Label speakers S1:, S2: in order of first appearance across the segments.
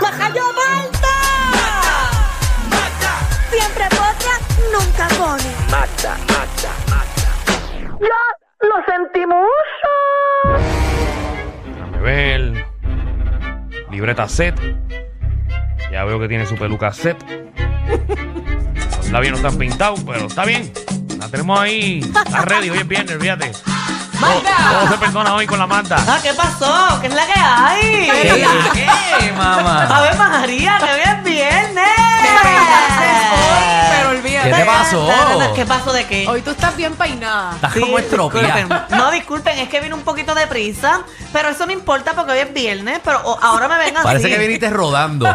S1: ¡Majayo Malta! Siempre potra, nunca pone.
S2: Mata, mata,
S1: ¡Ya lo sentimos!
S3: Déjame ver. Libreta set. Ya veo que tiene su peluca set. Los labios no están pintados, pero está bien. La tenemos ahí. Está ready. Hoy es viernes, fíjate.
S4: ¡Manda!
S3: 12 personas hoy con la manta.
S4: Ah, ¿qué pasó? ¿Qué es la que hay?
S5: ¿Qué? ¿Qué,
S4: A
S5: mamá?
S4: ver, María, que bien viernes.
S6: Te peinaste hoy, pero
S5: ¿Qué
S6: olvídate.
S5: te pasó?
S4: ¿Qué pasó de qué?
S6: Hoy tú estás bien peinada.
S5: Estás
S4: Sí,
S5: como estropeada.
S4: disculpen. No, disculpen, es que vine un poquito de prisa, pero eso no importa porque hoy es viernes, pero oh, ahora me ven así.
S5: Parece que viniste rodando.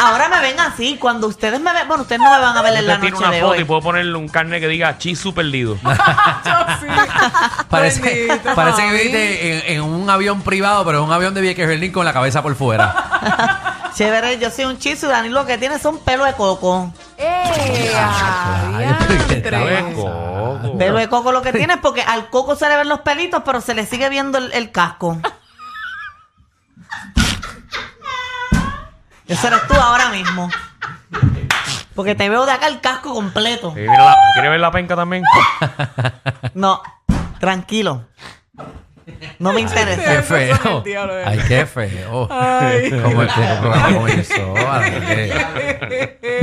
S4: Ahora me ven así, cuando ustedes me ven, bueno, ustedes no me van a ver en la
S3: Usted tiene
S4: noche
S3: una
S4: de
S3: foto y
S4: hoy.
S3: puedo ponerle un carnet que diga chisu perdido.
S6: Yo sí.
S5: Parece,
S6: Bendito,
S5: parece que
S6: mami.
S5: viniste en, en un avión privado, pero es un avión de Vieques con la cabeza por fuera.
S4: Chévere, yo soy un chizo y Dani lo que tiene son pelo de coco.
S6: ¡Eh!
S5: Ay, pero ¿qué te
S6: adiantre.
S5: ves?
S3: coco.
S4: Pelo de coco lo que tiene es porque al coco se le ven los pelitos, pero se le sigue viendo el, el casco. Eso eres tú ahora mismo. Porque te veo de acá el casco completo.
S3: Sí, mira la- ¿Quiere ver la penca también?
S4: Ah. No, tranquilo. No me interesa.
S5: Qué
S6: Ay, pues, son
S5: feo.
S6: el diablo, de
S5: Ay, qué feo.
S6: Ay.
S5: ¿Cómo este programa comenzó? Andrés?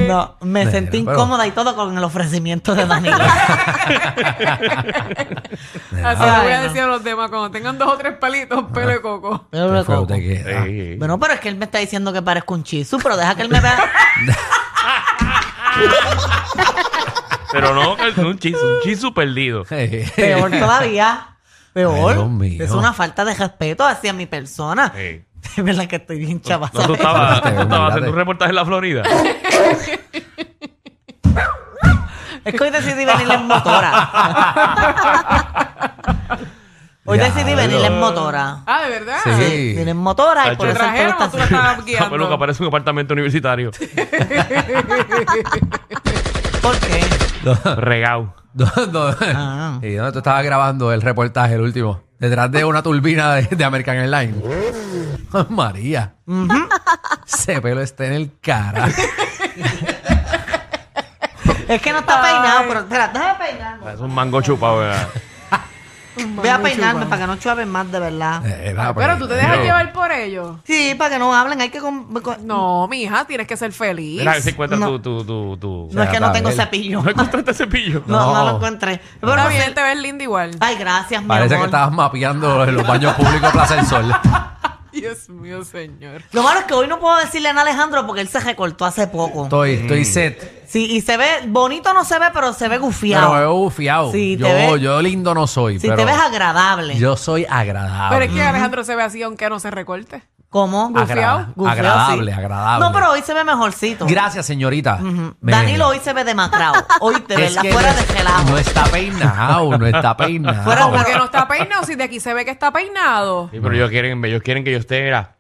S4: No, me
S5: Pero,
S4: sentí
S5: pero-
S4: incómoda y todo con el ofrecimiento de Danilo.
S6: Así le voy
S4: Ay,
S6: a
S4: no.
S6: decir a los demás, cuando tengan dos o tres pelitos, pelo de coco.
S4: Pelo
S5: Qué
S4: de
S5: feo
S4: coco.
S5: te queda.
S3: Sí.
S4: Bueno, pero es que él me está diciendo que parezco un chisu, pero deja que él me vea.
S3: Pero no, que es un chisu, un chisu perdido.
S4: Peor todavía. Peor.
S5: Ay, Dios mío.
S4: Es una falta de respeto hacia mi persona.
S3: Sí.
S4: Es verdad que estoy
S6: Pues,
S4: bien chava.
S3: No, tú
S4: ¿sabes?
S3: estabas, tú
S5: Mírate,
S3: estabas haciendo
S5: mírate.
S3: un reportaje en la Florida.
S4: Es que hoy decidí venir en motora. hoy decidí
S5: Diablo.
S4: venir en motora.
S6: Ah, ¿de verdad?
S5: Sí.
S4: Vine en motora y
S3: Tacho.
S4: por
S6: ¿Te
S4: eso el pelo
S6: trajeron
S4: está
S6: o tú la
S4: así.
S6: estabas
S3: La peluca
S6: guiando?
S3: parece un apartamento universitario.
S4: ¿Por qué?
S3: Regao.
S5: ¿Dónde,
S4: Ah.
S5: ¿Y dónde tú estabas grabando el reportaje, el último? Detrás de una turbina de, de American Airlines. Ay, María. Ese pelo está en el cara.
S4: Es que no está
S6: Ay.
S4: peinado, pero espera, déjame peinarme.
S3: Es un mango chupado, ¿verdad?
S4: Voy a peinarme para que no chupen más de verdad.
S5: Era,
S6: Pero tú te dejas
S3: Yo-
S6: llevar por ellos.
S4: Sí, para que no hablen, hay que... con- con-
S6: No, mija, tienes que ser feliz.
S3: Mira, se encuentra
S4: No.
S3: tu, tu, tu, tu.
S4: No es que no tengo
S5: Isabel.
S4: cepillo.
S3: ¿No encontraste cepillo?
S4: No, no
S5: No.
S4: lo encontré. Pero
S6: Está
S4: no
S6: bien,
S4: sé-
S6: te ves linda igual.
S4: Ay, gracias, mi
S5: Parece que
S4: amor.
S5: estabas mapeando en los baños públicos de Plaza del Sol.
S6: Dios mío, señor.
S4: Lo malo es que hoy no puedo decirle nada a Alejandro porque él se recortó hace poco.
S5: Estoy, estoy set.
S4: Sí, y se ve, bonito no se ve, pero se ve
S5: Pero me
S4: gufiado.
S5: veo bufiado.
S4: Sí, te
S5: yo,
S4: ves-
S5: yo lindo no soy.
S4: Si
S5: pero
S4: te ves agradable.
S5: Yo soy
S6: Pero
S5: agradable.
S6: es que Alejandro se ve así aunque no se recorte.
S4: ¿Cómo?
S5: Agra-
S6: gufiao,
S4: gufiao, sí.
S5: agradable, agradable.
S4: No, pero hoy se ve mejorcito.
S5: Gracias, señorita.
S4: Ujú.
S5: Me-
S4: Danilo hoy se ve demacrado. Hoy te
S5: Es
S4: ves
S5: que
S4: fuera
S5: no-
S4: de gelado.
S5: No está peinado, no está peinado.
S4: Fuera
S6: Como que no está peinado, si de aquí se ve que está peinado.
S3: Sí, pero ellos quieren, ellos quieren que yo esté, mira.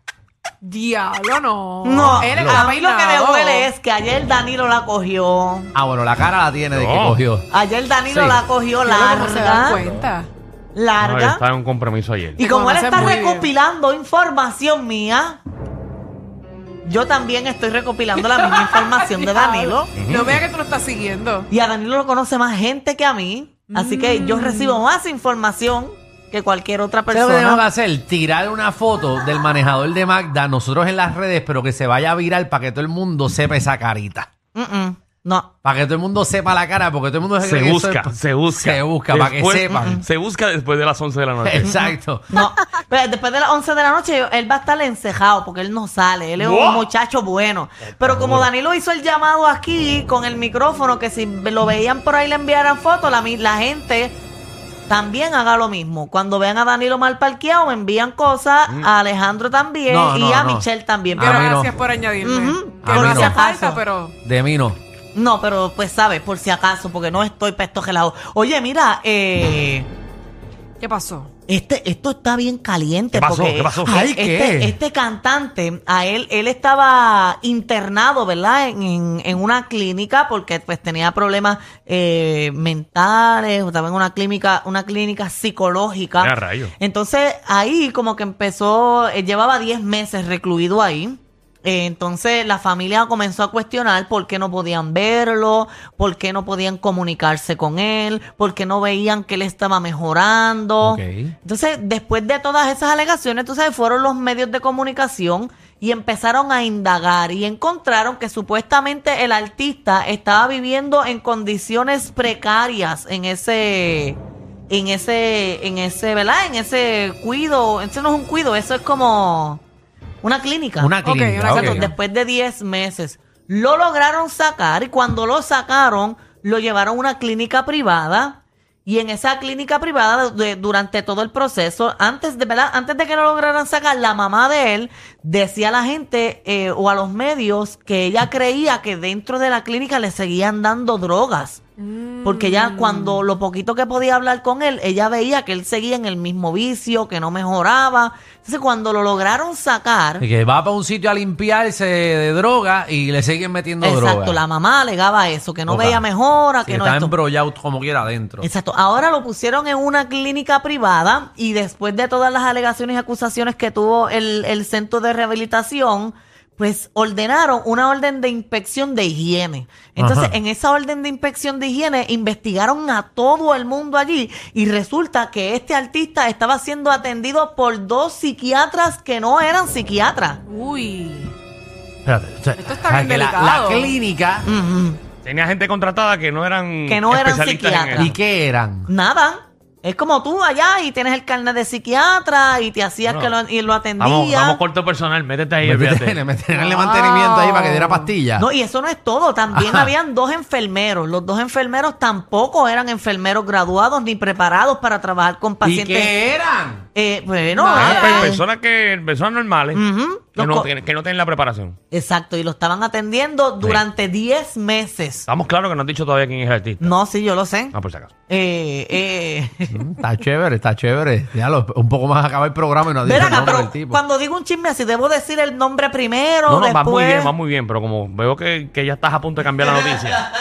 S6: Diablo, no.
S4: No,
S6: Él
S4: a
S6: está
S4: mí lo que me
S6: peinado.
S4: duele es que ayer Danilo la cogió.
S5: Ah, bueno, la cara la tiene de que
S3: No.
S5: cogió.
S4: Ayer Danilo
S5: Sí.
S4: la cogió
S6: Yo creo que no se dan
S4: larga.
S6: cuenta.
S3: No, yo
S4: Larga.
S3: estaba en un compromiso ayer.
S4: Y como él
S6: Conoce
S4: está
S6: muy bien.
S4: recopilando información mía, yo también estoy recopilando la misma información de Danilo.
S6: No vea que tú lo estás siguiendo.
S4: Y a Danilo lo conoce más gente que a mí. Así que yo recibo más información que cualquier otra
S5: ¿Sabes Mm. lo que tenemos que
S4: persona.
S5: hacer? Tirar una foto del manejador de Magda, nosotros en las redes, pero que se vaya viral para que todo el mundo sepa esa carita.
S4: Mm-mm, Mm, No.
S5: Para que todo el mundo sepa la cara, porque todo el mundo
S3: Se
S5: cree que eso
S3: busca,
S5: es-
S3: se busca.
S5: pues. Se busca, para que
S3: Después-
S5: sepan.
S3: Se busca después de las 11 de la noche.
S5: Exacto.
S4: No, Pero después de las 11 de la noche yo- él va a estar encejado porque él no sale, él es
S3: ¡Wow!
S4: un muchacho bueno. Pero como Danilo hizo el llamado aquí con el micrófono, que si lo veían por ahí le enviaran fotos, la, mi- la gente también haga lo mismo. Cuando vean a Danilo mal parqueado, me envían cosas, a Alejandro también
S5: Mm. No,
S4: y
S5: no,
S4: a
S5: no.
S4: Michelle también.
S5: A mí no.
S6: Gracias por añadirme.
S4: Ujú.
S6: Que
S5: A mí
S6: no
S5: no.
S6: hacía
S4: Acaso.
S6: falta, pero.
S5: De mí no.
S4: No, pero pues sabes, por si acaso, porque no estoy para estos gelados. Oye, mira, eh,
S6: ¿Qué pasó?
S4: Este, esto está bien caliente.
S3: ¿Qué pasó?
S4: Porque
S3: ¿Qué pasó?
S5: Ay,
S4: este,
S5: ¿qué?
S4: este cantante, a él, él estaba internado, ¿verdad? En, en- en una clínica porque pues tenía problemas eh, mentales, o estaba en una clínica, una clínica psicológica.
S3: Mira, rayo.
S4: Entonces ahí como que empezó, él llevaba 10 meses recluido ahí. Eh, Entonces la familia comenzó a cuestionar por qué no podían verlo, por qué no podían comunicarse con él, por qué no veían que él estaba mejorando.
S5: Ok.
S4: Entonces después de todas esas alegaciones, tú sabes, fueron los medios de comunicación y empezaron a indagar y encontraron que supuestamente el artista estaba viviendo en condiciones precarias en ese en ese, en ese, ¿verdad? En ese cuido, ese no es un cuido, eso es como una clínica.
S5: Una
S6: Ok, una
S5: clínica. Ah, ok.
S6: clínica.
S4: Exacto, después de 10 meses. Lo lograron sacar y cuando lo sacaron, lo llevaron a una clínica privada. Y en esa clínica privada, de- durante todo el proceso, antes de, ¿verdad? antes de que lo lograran sacar, la mamá de él decía a la gente eh, o a los medios que ella creía que dentro de la clínica le seguían dando drogas. Porque
S6: Mm,
S4: ya cuando lo poquito que podía hablar con él, ella veía que él seguía en el mismo vicio, que no mejoraba. Entonces cuando lo lograron sacar...
S5: Y que va para un sitio a limpiarse de droga y le siguen metiendo
S4: Exacto,
S5: droga.
S4: la mamá alegaba eso, que no
S5: Ok.
S4: veía mejora,
S5: Sí,
S4: que no
S5: está
S4: esto.
S5: embrollado como quiera adentro.
S4: Exacto. Ahora lo pusieron en una clínica privada y después de todas las alegaciones y acusaciones que tuvo el, el centro de rehabilitación, pues ordenaron una orden de inspección de higiene. Entonces,
S5: Ajá.
S4: en esa orden de inspección de higiene investigaron a todo el mundo allí y resulta que este artista estaba siendo atendido por dos psiquiatras que no eran psiquiatras.
S6: Uy.
S5: Espérate, o sea,
S6: Esto está
S5: o sea,
S6: bien
S5: que la,
S6: delicado.
S5: la clínica,
S4: Ujú.
S3: Tenía gente contratada que no eran
S4: Que no eran
S3: especialistas en
S4: psiquiatras.
S5: ¿y
S3: eso.
S5: qué eran?
S4: Nada. Es como tú allá y tienes el carnet de psiquiatra y te hacías
S3: Bueno,
S4: que lo, y lo atendía.
S3: Vamos, vamos corto personal, métete ahí, olvídate.
S5: Meterle meterle mantenimiento ahí para que diera pastillas.
S4: no, y eso no es todo. También
S5: Ajá.
S4: habían dos enfermeros. Los dos enfermeros tampoco eran enfermeros graduados ni preparados para trabajar con
S5: ¿Y
S4: pacientes.
S5: qué eran?
S4: Eh, bueno,
S6: Nada.
S3: Eran
S4: eh,
S3: pe- Ah, personas que personas normales
S4: Ujú.
S3: pues, que,
S4: Los
S3: no,
S4: co-
S3: tienen- que no tienen la preparación.
S4: exacto, y lo estaban atendiendo durante 10 meses.
S3: Estamos claros que no han dicho todavía quién es el artista.
S4: No, sí, yo lo sé.
S3: Ah, por si acaso.
S4: Eh, eh,
S5: Mm, Está chévere, está chévere. Ya lo- un poco más acaba el programa y no ha dicho
S4: Ven
S5: el
S4: acá,
S5: nombre
S4: pero
S5: del tipo.
S4: cuando digo un chisme así, debo decir el nombre primero.
S3: No, no, va
S4: después...
S3: muy bien, va muy bien, pero como veo que, que ya estás a punto de cambiar la noticia.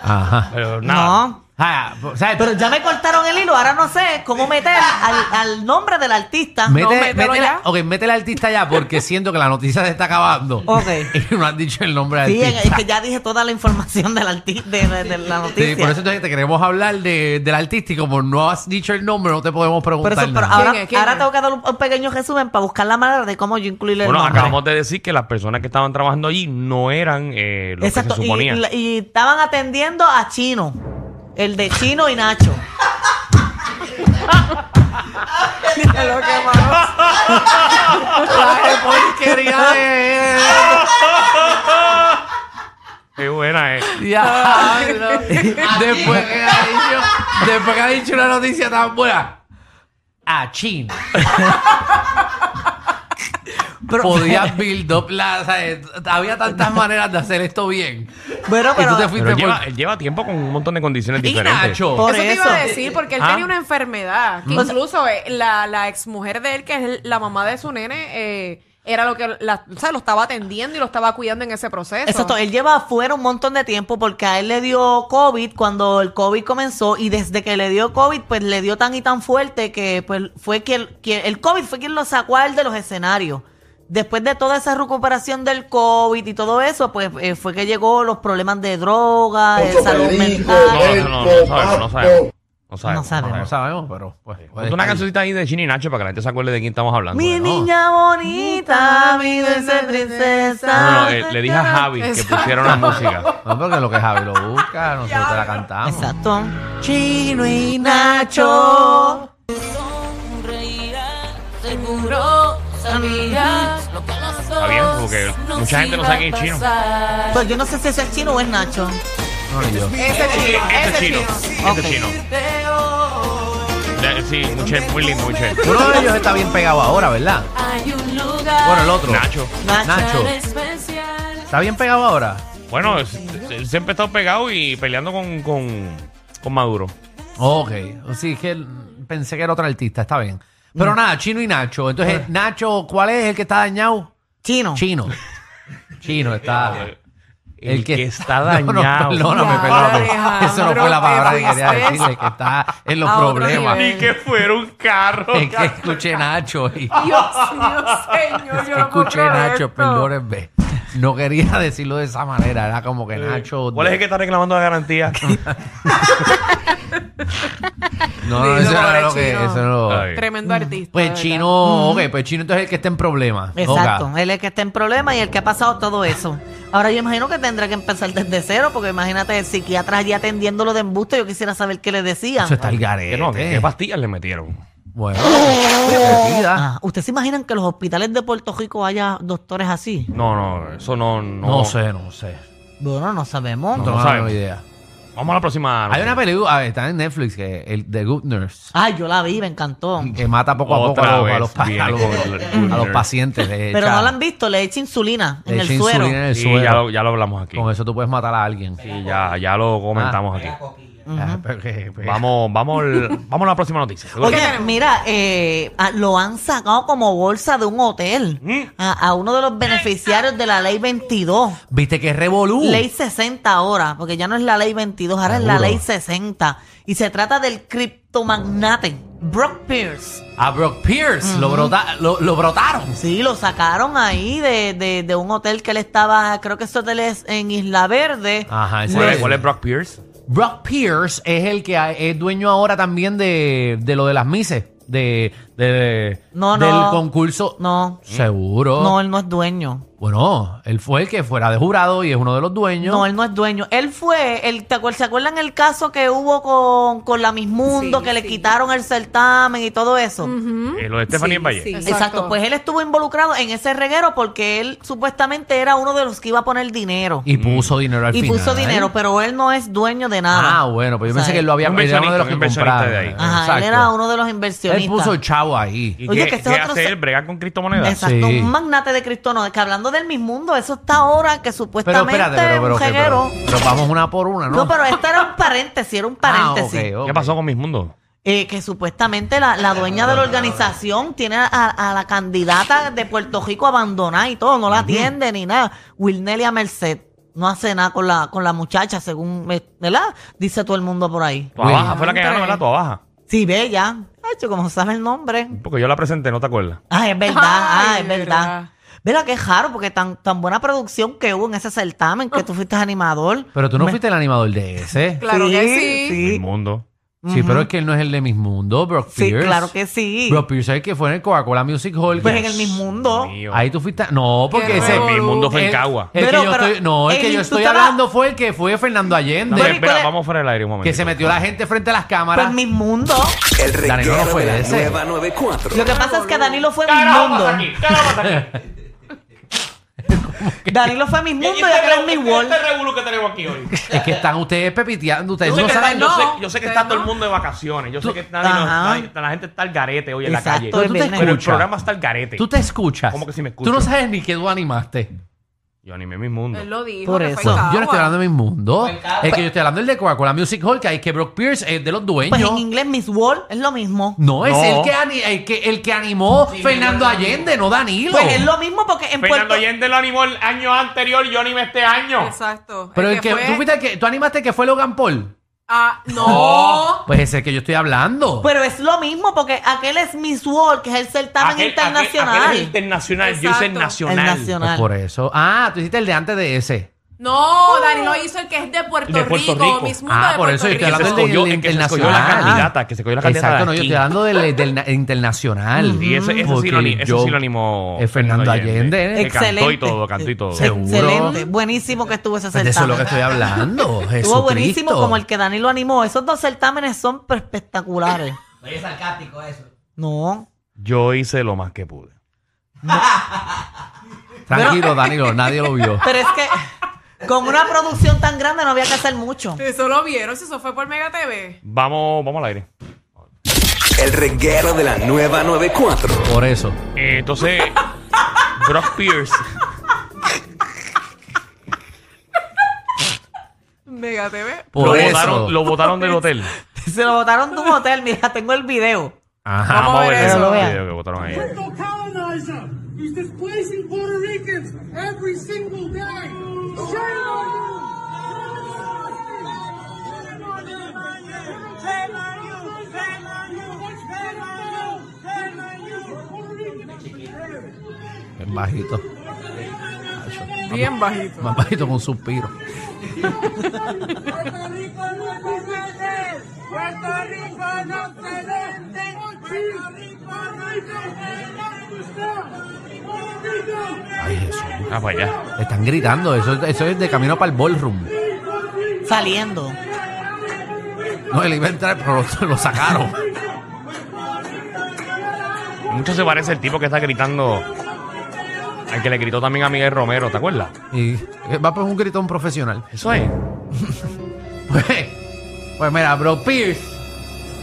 S5: Ajá.
S3: Pero nada.
S4: No.
S5: Ah, o sea,
S4: Pero ya me cortaron el hilo, ahora no sé cómo meter al, al nombre del artista.
S5: Mete,
S6: No, mételo
S5: mete la-
S6: ya.
S5: ok, mete la artista ya porque siento que la noticia se está acabando.
S4: Ok.
S5: Y no han dicho el nombre del
S4: Sí,
S5: artista.
S4: es que ya dije toda la información del arti- de, de- de la
S5: Sí,
S4: noticia.
S5: por eso entonces te queremos hablar de, del artista y como no has dicho el nombre, no te podemos
S4: Por
S5: preguntar.
S4: eso, pero
S5: nada.
S4: ahora,
S6: ¿Quién es? ¿Quién
S4: ahora
S6: es?
S4: tengo que dar un, un pequeño resumen para buscar la manera de cómo yo incluirle el
S3: Bueno,
S4: nombre.
S3: acabamos de decir que las personas que estaban trabajando allí no eran eh, lo
S4: Exacto,
S3: que se
S4: y-
S3: suponía.
S4: y, y estaban atendiendo a Chino, el de Chino y Nacho.
S6: Lo que más.
S5: Ay, porquería de-
S3: Qué buena es.
S5: Ya, no. después, que ha dicho, después que ha dicho una noticia tan buena. A China. Podías build up la. o sea, eh, había tantas maneras de hacer esto bien.
S4: Bueno,
S5: y tú
S4: pero-
S5: te fuiste
S3: Pero
S5: por.
S3: lleva, él lleva tiempo con un montón de condiciones
S5: y
S3: diferentes.
S5: Nacho.
S4: Por
S6: eso, te
S4: eso.
S6: iba a decir, porque él
S3: Ah.
S6: tenía una enfermedad. Que
S4: O sea-
S6: incluso eh, la, la exmujer de él, que es el- la mamá de su nene, eh, era lo que la- o sea, lo estaba atendiendo y lo estaba cuidando en ese proceso.
S4: Exacto, él lleva afuera un montón de tiempo porque a él le dio COVID cuando el COVID comenzó y desde que le dio COVID, pues le dio tan y tan fuerte que pues fue quien, quien- el COVID fue quien lo sacó a él de los escenarios. Después de toda esa recuperación del COVID y todo eso, pues eh, fue que llegó los problemas de droga, de salud mental.
S3: No, no, no, no, no sabemos, no sabemos. No sabemos.
S4: No sabemos.
S5: No sabemos, pero. Pues,
S3: Ponte una cancioncita ahí de Chini y Nacho para que la gente se acuerde de quién estamos hablando.
S4: Mi
S3: ¿no?
S4: niña bonita, mi dulce princesa.
S3: No, no, eh, le dije a Javi que
S6: Exacto.
S3: pusiera una música.
S5: No, porque lo que Javi lo busca, nosotros te la cantamos.
S4: Exacto. Chino y Nacho.
S2: Seguro sabías lo que las
S3: Está bien, porque
S2: nos
S3: mucha gente no sabe quién
S2: iba
S3: es chino.
S2: a pasar.
S4: Pues yo no sé si eso es chino o es Nacho.
S5: No, ni yo.
S6: Ese chino,
S3: Este
S6: ese
S3: es chino.
S6: chino.
S3: Este es chino. Ya, Sí, mucho, muy lindo, mucho.
S5: Uno de ellos está bien pegado ahora, ¿verdad?
S2: Hay un lugar
S5: Bueno, el otro.
S3: Nacho.
S4: Nacho.
S5: Nacho.
S2: tan especial.
S5: Está bien pegado ahora.
S3: Bueno, es- él siempre ha estado pegado y peleando con, con, con Maduro.
S5: Ok. Sí, es que. pensé que era otro artista, está bien.
S6: Mm.
S5: Pero nada, Chino y Nacho.
S6: Ah.
S5: Entonces, Nacho, ¿cuál es el que está dañado?
S4: Chino.
S5: Chino. Chino está.
S3: El que está dañado.
S5: No, no, perdóname,
S6: Ya,
S5: perdóname.
S6: Alejandro,
S5: Eso no fue la
S6: te
S5: palabra que quería
S6: fuiste
S5: decirle, que está en los
S6: a otro
S5: problemas.
S6: nivel.
S3: Ni que fuera un carro.
S5: Es que escuché Nacho y
S6: Dios mío, señor, yo no puedo
S5: escuché
S6: creer
S5: Nacho,
S6: esto.
S5: perdónenme. No quería decirlo de esa manera, era como que Nacho.
S3: Eh, ¿Cuál es el que está reclamando la garantía?
S5: No, no,
S6: Sí,
S5: eso
S6: no,
S5: era
S6: pobre
S5: lo que.
S6: Chino.
S5: Eso no-
S3: Ay.
S4: Mm.
S6: Tremendo artista. de
S5: Pues
S6: verdad.
S5: Chino, ok, pues Chino entonces es el que está en problemas.
S4: Exacto,
S5: Ok.
S4: él es el que está en problema y el que ha pasado todo eso. Ahora yo imagino que tendrá que empezar desde cero, porque imagínate el psiquiatra allí atendiéndolo de embuste, yo quisiera saber qué le decían.
S5: Eso está el garete. ¿eh?
S3: Que no, que- ¿Qué pastillas le metieron?
S5: Bueno, divertida.
S4: Ah, ¿Ustedes se imaginan que en los hospitales de Puerto Rico haya doctores así?
S3: No, no, eso no. No,
S5: no sé, no sé.
S4: Bueno, no sabemos.
S5: No,
S3: no
S5: tengo
S3: sabemos.
S5: idea.
S3: Vamos a la próxima.
S5: Hay una película, a ver, está en Netflix, que el The Good Nurse,
S4: Ay, yo la vi, me encantó.
S5: que mata poco a poco
S3: Ah, Otra
S5: a los, a
S3: vez
S5: los pa-
S3: viene
S5: a los-
S3: con el Good
S5: a los
S3: Nurse.
S5: pacientes. le
S4: Pero
S5: echa-
S4: no la han visto, le echa insulina
S5: Eh, le
S4: en
S5: echa
S4: el
S5: insulina
S4: suero.
S5: en el
S3: Sí,
S5: suero.
S3: ya lo, ya lo hablamos aquí.
S5: Con eso tú puedes matar a alguien.
S3: Sí, ya, ya lo comentamos aquí.
S5: Ah, pero que- pues-
S3: Vamos, vamos, al- vamos a la próxima noticia.
S4: Oye, mira, eh, ah, lo han sacado como bolsa de un hotel a, a uno de los beneficiarios de la ley 22.
S5: Viste que es revolú.
S4: Ley 60 ahora, porque ya no es la ley 22, ahora es la
S5: Uh. Seguro.
S4: ley 60. Y se trata del criptomagnate Brock Pierce.
S5: A Brock Pierce lo, brota- lo, lo brotaron.
S4: Sí, lo sacaron ahí de, de- de un hotel que él estaba, creo que ese hotel es en Isla Verde.
S5: Ajá, ese
S3: ¿Cuál
S5: es-
S3: es, cuál es Brock Pierce?
S5: Brock Pierce es el que ha- es dueño ahora también de, de lo de las mises. De, de-
S4: No,
S5: del
S4: no.
S5: concurso.
S4: No,
S5: Seguro.
S4: no, él no es dueño.
S5: Bueno, él fue el que fuera de jurado y es uno de los dueños.
S4: No, él no es dueño. Él fue, el, ¿te acuer- ¿se acuerdan el caso que hubo con, con la Miss Mundo,
S6: Sí,
S4: que le
S6: sí.
S4: quitaron el certamen y todo eso? ¿Mm?
S3: Eh, lo de Stephanie
S6: Sí,
S3: en Valle.
S6: sí.
S4: Exacto.
S6: Exacto.
S4: pues él estuvo involucrado en ese reguero porque él supuestamente era uno de los que iba a poner dinero.
S5: Y puso dinero al
S4: Y
S5: final.
S4: puso dinero, pero él no es dueño de nada.
S5: Ah, bueno, pues
S4: O
S5: yo
S4: sea,
S5: pensé que él lo había
S3: un
S5: él era uno
S3: inversionista,
S5: de los que
S3: un inversionista
S5: compraron.
S3: de ahí.
S4: Ajá, él
S5: Exacto.
S4: era uno de los
S5: Él
S4: inversionistas.
S5: puso chavo ahí.
S3: ¿Y
S4: Oye,
S3: qué,
S4: que ese
S3: qué
S4: otro
S3: hace
S4: se-
S3: él? ¿Bregar con criptomonedas?
S4: Exacto,
S5: Sí.
S4: un magnate de criptomonedas. Que hablando del mismo mundo, eso está ahora que
S5: Pero
S4: supuestamente
S5: espérate, pero, pero,
S4: un
S5: ok,
S4: reguero.
S5: pero- pero vamos una por una, ¿no?
S4: No, pero esto era un paréntesis, era un
S5: Ah, ok,
S4: paréntesis.
S5: ok.
S3: ¿Qué pasó con Mis Mundo?
S4: Eh, que supuestamente la, la dueña de la organización tiene a, a la candidata de Puerto Rico abandonada y todo, no la atiende ni nada. Wilnelia Merced no hace nada con la, con la muchacha, según, me- ¿verdad? Dice todo el mundo por ahí.
S3: Tu
S5: Uy.
S3: abaja, fue la que ganó, ¿verdad? Tu abaja.
S4: Sí, bella. Ay, yo, como sabe el nombre.
S3: Porque yo la presenté, ¿no te acuerdas?
S4: Ah, es verdad,
S6: Ay,
S4: ah, es verdad.
S6: verdad.
S4: Mira qué raro, porque tan, tan buena producción que hubo en ese certamen,
S6: Ah.
S4: que tú fuiste animador.
S5: Pero tú no fuiste el animador de ese.
S6: Claro que sí.
S3: Mis
S4: Sí,
S3: Mundo.
S5: Sí, pero es que él no es el de Mis Mundo, Brock
S4: sí,
S5: Pierce.
S4: claro que sí.
S5: Brock Pierce es el que fue en el Coca-Cola Music Hall.
S4: Pues en el mismo mundo.
S3: Mío.
S5: Ahí tú fuiste. No, porque
S6: Qué
S5: ese.
S6: revolú.
S3: Mis Mundo fue en Cagua.
S5: El
S4: Pero-
S5: que yo
S4: pero-
S5: estoy, no, el
S4: el-
S5: que yo
S4: tú
S5: estoy
S4: estabas-
S5: hablando fue el que fue Fernando Allende.
S3: Espera,
S4: Pero, ¿y cuál
S3: espera,
S4: es?
S3: vamos fuera del aire un momento.
S5: que se metió la gente frente a las
S4: Pues
S5: cámaras.
S4: mi mundo.
S7: El
S5: Danilo
S7: reguero
S5: no fue
S7: de la
S5: ese.
S7: nueva 94.
S4: Lo que pasa es que Danilo fue mi
S3: Carajo,
S4: mundo.
S3: pasa aquí, carajo, pasa aquí.
S4: Danilo fue mi mundo y
S3: este
S4: acá es mi
S3: revolú-
S4: world.
S3: este revolú que tenemos aquí hoy.
S5: Es que están ustedes pepiteando. Ustedes
S3: Yo
S5: no
S3: sé, que
S5: saben.
S3: está, yo
S6: no.
S3: sé- yo sé que está todo el mundo de vacaciones. Yo sé que nadie
S4: Ajá.
S3: nos- nadie- la gente está al garete hoy en
S4: Exacto,
S3: la calle.
S5: Pero tú
S4: es
S5: te
S4: verdad.
S3: Pero el
S5: escuchas.
S3: programa está al garete.
S5: Tú te escuchas.
S3: ¿Cómo que si me
S5: Tú no
S3: escucho?
S5: sabes ni qué tú animaste.
S3: Yo animé mi mundo.
S6: Él lo dijo.
S4: Por
S6: que
S4: eso.
S6: fue
S5: Bueno, yo no estoy
S6: Cagua.
S5: hablando de mi mundo. El que yo estoy hablando es el de Coca-Cola Music Hall, que ahí es que Brock Pierce es de los dueños.
S4: Pues en inglés Miss World es lo mismo.
S5: No, es
S3: No.
S5: El, que ani- el, que, el que animó Fernando Allende, no Danilo.
S4: Pues es lo mismo porque en
S3: Fernando
S4: Puerto
S3: Allende lo animó el año anterior, yo animé este año.
S6: Exacto.
S5: Pero el que,
S6: fue-
S5: tú, fuiste el que, tú animaste el que fue Logan Paul.
S6: Ah, no.
S5: Pues es el que yo estoy hablando.
S4: Pero es lo mismo porque aquel es Miss World, que es el certamen
S3: Aquel- aquel-
S4: internacional.
S3: aquel es internacional, yo hice el
S6: Exacto.
S3: nacional.
S4: El nacional.
S5: Pues por eso. Ah, tú hiciste el de antes de ese.
S6: No, Dani lo hizo el que es de Puerto,
S3: De Puerto
S6: Rico,
S3: Rico.
S6: Miss Mundo
S5: Ah, por
S6: de Puerto
S5: eso
S3: El
S5: yo estoy
S6: Rico.
S3: que se
S5: hablando del
S3: escogió-
S5: del
S3: el que se escogió la
S5: internacional.
S3: candidata, que se escogió la candidata
S5: Exacto,
S3: de
S5: no, yo
S3: aquí.
S5: estoy hablando del, del na- internacional.
S3: Y ese, ese sí
S5: Porque
S3: lo, ani- ese
S5: yo-
S3: sí lo animó.
S5: es Fernando Allende.
S3: Que Cantó y
S4: Excelente.
S3: todo, cantó y todo.
S5: Seguro.
S4: Excelente. Buenísimo que estuvo ese
S5: Pues
S4: certamen.
S5: de eso es lo que estoy hablando.
S4: Estuvo
S5: Jesucristo.
S4: buenísimo como el que Danilo animó. Esos dos certámenes son espectaculares. No
S3: Yo hice lo más que pude.
S5: Tranquilo, Danilo, nadie lo vio.
S4: es sarcástico eso. No, pero es que con una producción tan grande no había que hacer mucho.
S6: Eso lo vieron, si eso fue por Mega TV.
S3: Vamos, vamos al aire.
S7: El reguero de la nueva 94.
S5: Por eso.
S3: Eh, entonces, Brock Pierce.
S6: Mega TV.
S5: Por
S3: lo
S5: eso.
S3: botaron- lo botaron del hotel.
S4: se lo botaron de un hotel. Mira, tengo el video.
S3: Ajá,
S6: Vamos a
S3: vamos a
S6: ver
S3: ver
S6: eso.
S3: eso.
S4: Lo vean.
S3: video que botaron ahí.
S8: Illegal colonizer who's displacing Puerto Ricans every single day. Shame on you! Shame on you! Shame on you! Shame on you! Shame on you! Shame on you! Puerto Ricans.
S5: Es bajito. Ah,
S6: Bien bajito.
S5: Más bajito con un suspiro.
S8: Puerto Rico no procede. Puerto Rico no procede. Puerto Rico no procede. Puerto Rico.
S5: Ay, Jesús.
S3: Ah, pues allá.
S5: Están gritando. Eso, eso es de camino para el ballroom.
S4: Saliendo.
S5: No, él iba a entrar, pero lo, lo sacaron.
S3: Mucho se parece el tipo que está gritando. Al que le gritó también a Miguel Romero, ¿te acuerdas?
S5: Y eh, va por un gritón profesional.
S3: Eso es.
S5: Pues, pues mira, Bro Pierce.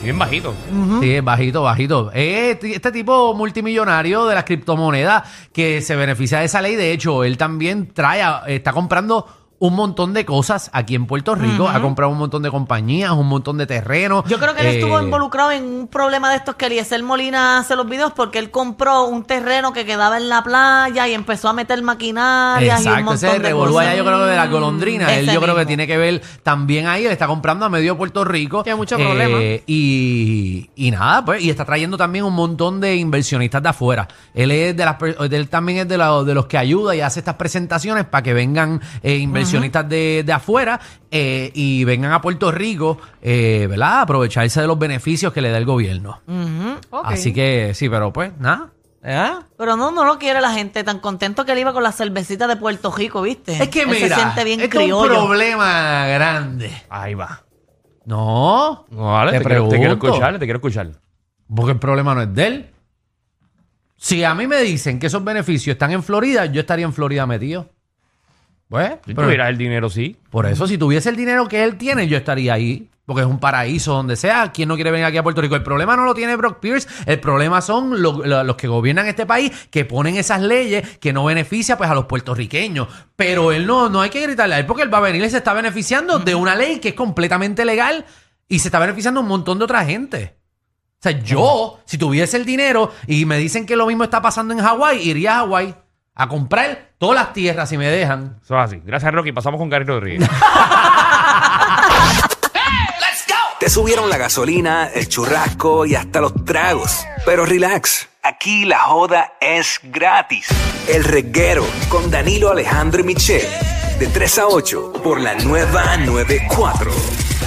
S3: Bien bajito.
S5: Sí, bajito, bajito. Eh, t- Este tipo multimillonario de las criptomonedas que se beneficia de esa ley, de hecho, él también trae, a- está comprando un montón de cosas aquí en Puerto Rico, ha comprado un montón de compañías, un montón de terrenos.
S4: Yo creo que él estuvo
S5: Eh,
S4: involucrado en un problema de estos que Eliezer Molina hace los videos porque él compró un terreno que quedaba en la playa y empezó a meter maquinarias y un
S5: Exacto,
S4: montón
S5: ese
S4: de
S5: revolú
S4: cosas.
S5: allá yo creo que de las golondrinas.
S4: Ese
S5: Él yo creo que
S4: mismo.
S5: tiene que ver también ahí. Él está comprando a medio Puerto Rico. eh,
S6: Tiene mucho problema.
S5: Y, y nada, pues, y está trayendo también un montón de inversionistas de afuera. Él es de las per- eh, él también es de, la- de los que ayuda y hace estas presentaciones para que vengan eh, inversionistas de, de afuera eh, y vengan a Puerto Rico, eh, ¿verdad? A aprovecharse de los beneficios que le da el gobierno.
S6: Ok.
S5: Así que sí, pero pues, nada. ¿eh?
S4: Pero no, no lo quiere la gente. Tan contento que él iba con la cervecita de Puerto Rico, ¿viste?
S5: Es que
S4: Él
S5: mira,
S4: se siente bien
S5: esto es un
S4: criollo.
S5: problema grande.
S3: Ahí va.
S5: No,
S3: No, vale, te, quiero, te quiero escuchar, te quiero escuchar.
S5: Porque el problema no es de él. Si a mí me dicen que esos beneficios están en Florida, yo estaría en Florida metido. Pues,
S3: Si
S5: pero-
S3: tuvieras el dinero, sí.
S5: por eso, si tuviese el dinero que él tiene, yo estaría ahí. Porque es un paraíso donde sea. ¿Quién no quiere venir aquí a Puerto Rico? El problema no lo tiene Brock Pierce. El problema son lo- lo- los que gobiernan este país, que ponen esas leyes que no beneficia pues, a los puertorriqueños. Pero él no, no hay que gritarle a él porque él va a venir y se está beneficiando de una ley que es completamente legal y se está beneficiando un montón de otra gente. O sea, yo, si tuviese el dinero y me dicen que lo mismo está pasando en Hawái, iría a Hawái a comprar todas las tierras si me dejan.
S3: Eso es así. Gracias, Rocky. Pasamos con Gary Rodríguez.
S7: Te subieron la gasolina, el churrasco y hasta los tragos. Pero relax, aquí la joda es gratis. El reguero con Danilo Alejandro y Michel, de 3 a 8 por la nueva 94.